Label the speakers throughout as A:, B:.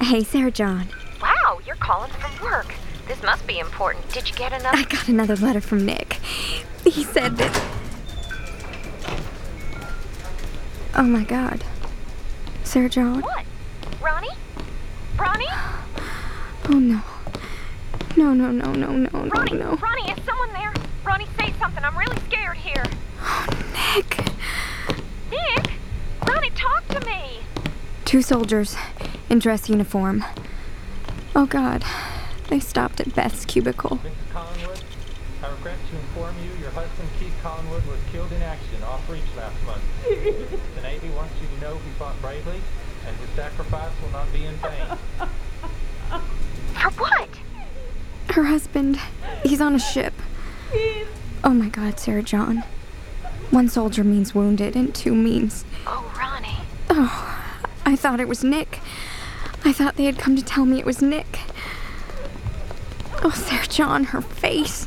A: Hey, Sarah John.
B: Wow, you're calling from work. This must be important. Did you get another?
A: I got another letter from Nick. He said that. Oh my god. Sarah John?
B: What? Ronnie? Ronnie?
A: Oh no. No, no, no, no, no, no,
B: Ronnie?
A: no.
B: Ronnie, is someone there? Ronnie, say something. I'm really scared here.
A: Nick!
B: Nick? Ronnie, talk to me.
A: Two soldiers in dress uniform. Oh god. They stopped at Beth's cubicle.
C: Mrs. Collingwood, I regret to inform you your husband Keith Collingwood was killed in action off Reach last month. the Navy wants you to know he fought bravely and his sacrifice will not be in vain.
B: For what?
A: Her husband, he's on a ship. Oh my god, Sarah John. One soldier means wounded, and two means.
B: Oh, Ronnie.
A: Oh, I thought it was Nick. I thought they had come to tell me it was Nick. Oh, Sarah John, her face.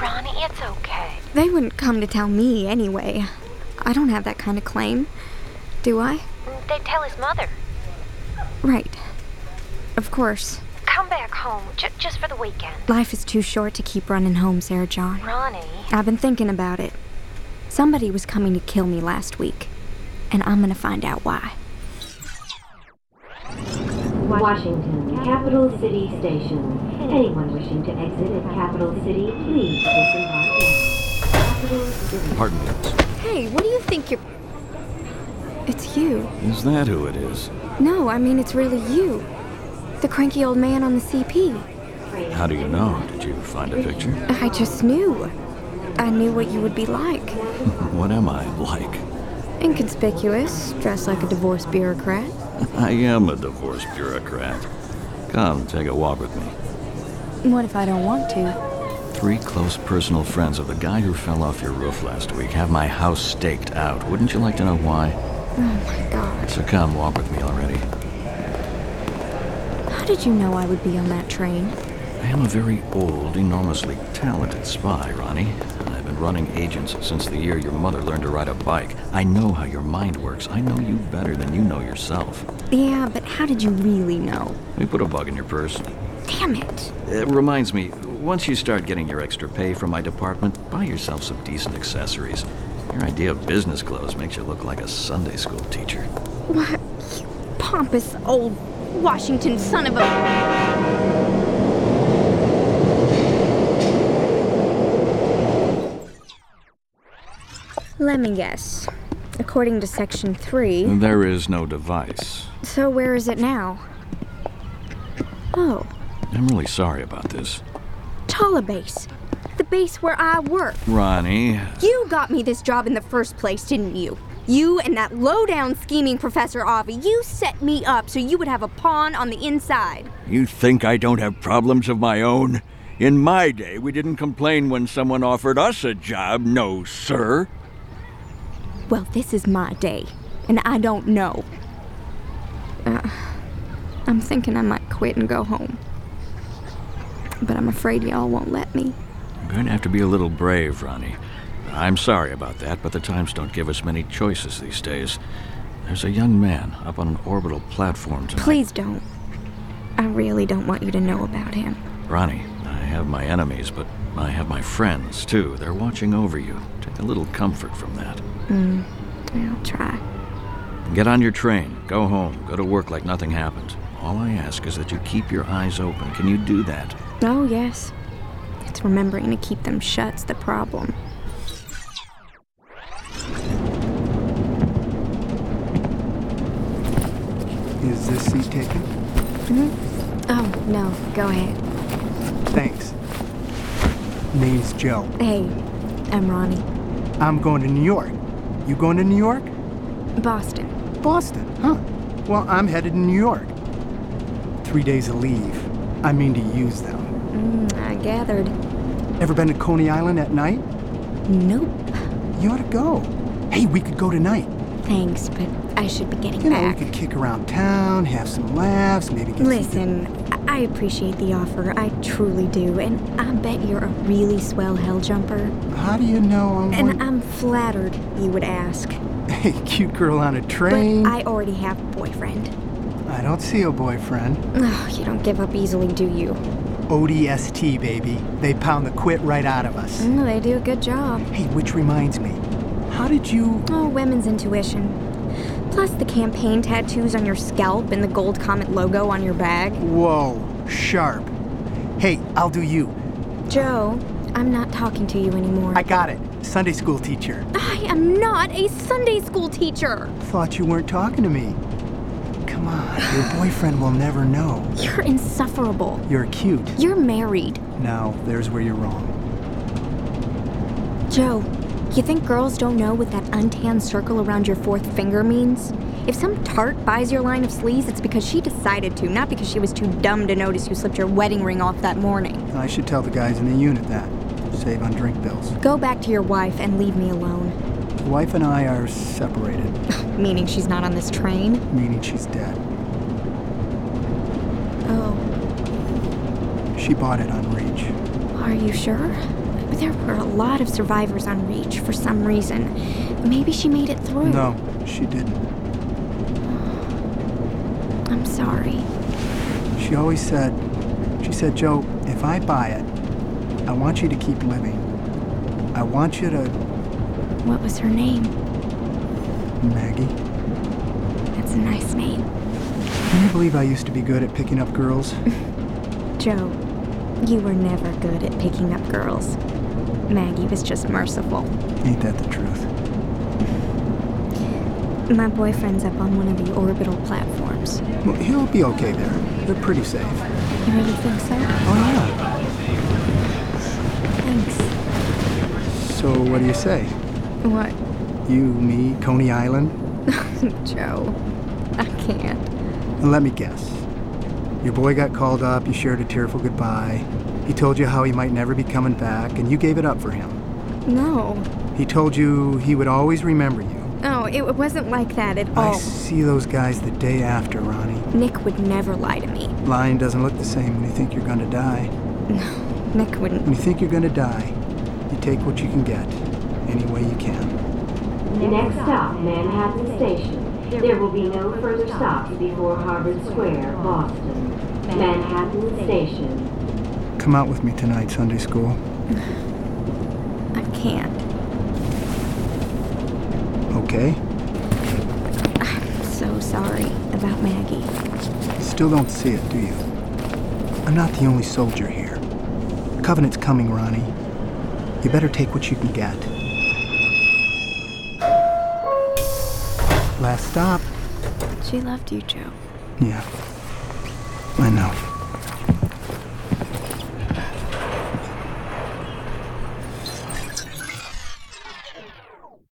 B: Ronnie, it's okay.
A: They wouldn't come to tell me anyway. I don't have that kind of claim. Do I?
B: They tell his mother.
A: Right. Of course.
B: Come back home, j- just for the weekend.
A: Life is too short to keep running home, Sarah John.
B: Ronnie,
A: I've been thinking about it. Somebody was coming to kill me last week, and I'm gonna find out why.
D: Washington, Capital City Station. Anyone wishing to exit at Capital City, please disembark now. Capital City.
E: Pardon me.
A: Hey, what do you think you're. It's you.
E: Is that who it is?
A: No, I mean, it's really you. The cranky old man on the CP.
E: How do you know? Did you find a picture?
A: I just knew. I knew what you would be like.
E: What am I like?
A: Inconspicuous, dressed like a divorce bureaucrat.
E: I am a divorce bureaucrat. Come, take a walk with me.
A: What if I don't want to?
E: Three close personal friends of the guy who fell off your roof last week have my house staked out. Wouldn't you like to know why?
A: Oh, My God,
E: So come, walk with me already.
A: how did you know I would be on that train?
E: I am a very old, enormously talented spy, Ronnie. I've been running agents since the year your mother learned to ride a bike. I know how your mind works. I know you better than you know yourself.
A: Yeah, but how did you really know?
E: We put a bug in your purse.
A: Damn it!
E: It reminds me, once you start getting your extra pay from my department, buy yourself some decent accessories. Your idea of business clothes makes you look like a Sunday school teacher.
A: Why, you pompous old Washington son of a. Let me guess. According to Section 3.
E: There is no device.
A: So where is it now? Oh,
E: I'm really sorry about this.
A: Tala Base. The base where I work.
E: Ronnie,
A: You got me this job in the first place, didn't you? You and that low-down scheming Professor Avi, you set me up so you would have a pawn on the inside.
E: you think I don't have problems of my own? In my day, we didn't complain when someone offered us a job, no, sir.
A: Well, this is my day, and I don't know. Uh, I'm thinking I might quit and go home. But I'm afraid y'all won't let me.
E: You're going to have to be a little brave, Ronnie. I'm sorry about that, but the times don't give us many choices these days. There's a young man up on an orbital platform tonight.
A: Please don't. I really don't want you to know about him.
E: Ronnie, I have my enemies, but I have my friends, too. They're watching over you. Take a little comfort from that.
A: I'll try.
E: Get on your train. Go home. Go to work like nothing happened. All I ask is that you keep your eyes open. Can you do that?
A: Oh, yes. It's remembering to keep them shut's the problem.
F: Is this seat taken?
A: Oh, no. Go ahead.
F: Thanks. Name's Joe.
A: Hey, I'm Ronnie.
F: I'm going to New York. You going to New York?
A: Boston.
F: Boston, huh? Well, I'm headed to New York. Three days of leave. I mean to use them.
A: Mm, I gathered.
F: Ever been to Coney Island at night?
A: Nope.
F: You ought to go. Hey, we could go tonight.
A: Thanks, but I should be getting
F: You know,
A: back.
F: we could kick around town, have some laughs, maybe get
A: Listen, I- I appreciate the offer. I truly do. And I bet you're a really swell hell jumper.
F: Some... How do you know I'm?
A: And
F: one-
A: I'm flattered you would ask.
F: Hey, cute girl on a
A: But
F: train.
A: I already have a boyfriend.
F: I don't see a boyfriend.
A: Ugh, you don't give up easily, do you?
F: ODST, baby. They pound the quit right out of us.
A: Mm, they do a good job.
F: Hey, which reminds me, how did you.
A: Oh, women's intuition. Plus the campaign tattoos on your scalp and the Gold Comet logo on your bag.
F: Whoa, sharp. Hey, I'll do you.
A: Joe, I'm not talking to you anymore.
F: I got it. Sunday school teacher.
A: I am not a Sunday school teacher.
F: Thought you weren't talking to me. Come on, your boyfriend will never know.
A: You're insufferable.
F: You're cute.
A: You're married.
F: Now, there's where you're wrong.
A: Joe, you think girls don't know what that untanned circle around your fourth finger means? If some tart buys your line of sleeves, it's because she decided to, not because she was too dumb to notice you slipped your wedding ring off that morning.
F: I should tell the guys in the unit that. Save on drink bills.
A: Go back to your wife and leave me alone.
F: Wife and I are separated,
A: Meaning she's not on this train?
F: meaning she's dead.
A: Oh,
F: She bought it on Reach.
A: are you sure? There were a lot of survivors on Reach for some reason. Maybe she made it through.
F: No, she didn't.
A: I'm sorry.
F: She always said, she said, Joe, if I buy it, I want you to keep living. I want you to,
A: What was her name?
F: Maggie.
A: That's a nice name.
F: Can you believe I used to be good at picking up girls?
A: Joe, you were never good at picking up girls. Maggie was just merciful.
F: Ain't that the truth?
A: My boyfriend's up on one of the orbital platforms.
F: Well, he'll be okay there. They're pretty safe.
A: You really think so?
F: Oh, yeah.
A: Thanks.
F: So, what do you say?
A: What?
F: You, me, Coney Island?
A: Joe, I can't.
F: And let me guess. Your boy got called up, you shared a tearful goodbye. He told you how he might never be coming back, and you gave it up for him.
A: No.
F: He told you he would always remember you.
A: Oh, it wasn't like that at
F: I
A: all.
F: see those guys the day after, Ronnie.
A: Nick would never lie to me.
F: Lying doesn't look the same when you think you're gonna die.
A: Nick wouldn't.
F: When you think you're gonna die, you take what you can get, any way you can.
D: Next stop, Manhattan Station. There will be no further stops before Harvard Square, Boston. Manhattan Station.
F: Come out with me tonight, Sunday school.
A: I can't.
F: Okay?
A: So sorry about Maggie.
F: Still don't see it, do you? I'm not the only soldier here. Covenant's coming, Ronnie. You better take what you can get. Last stop.
A: She loved you, Joe.
F: Yeah.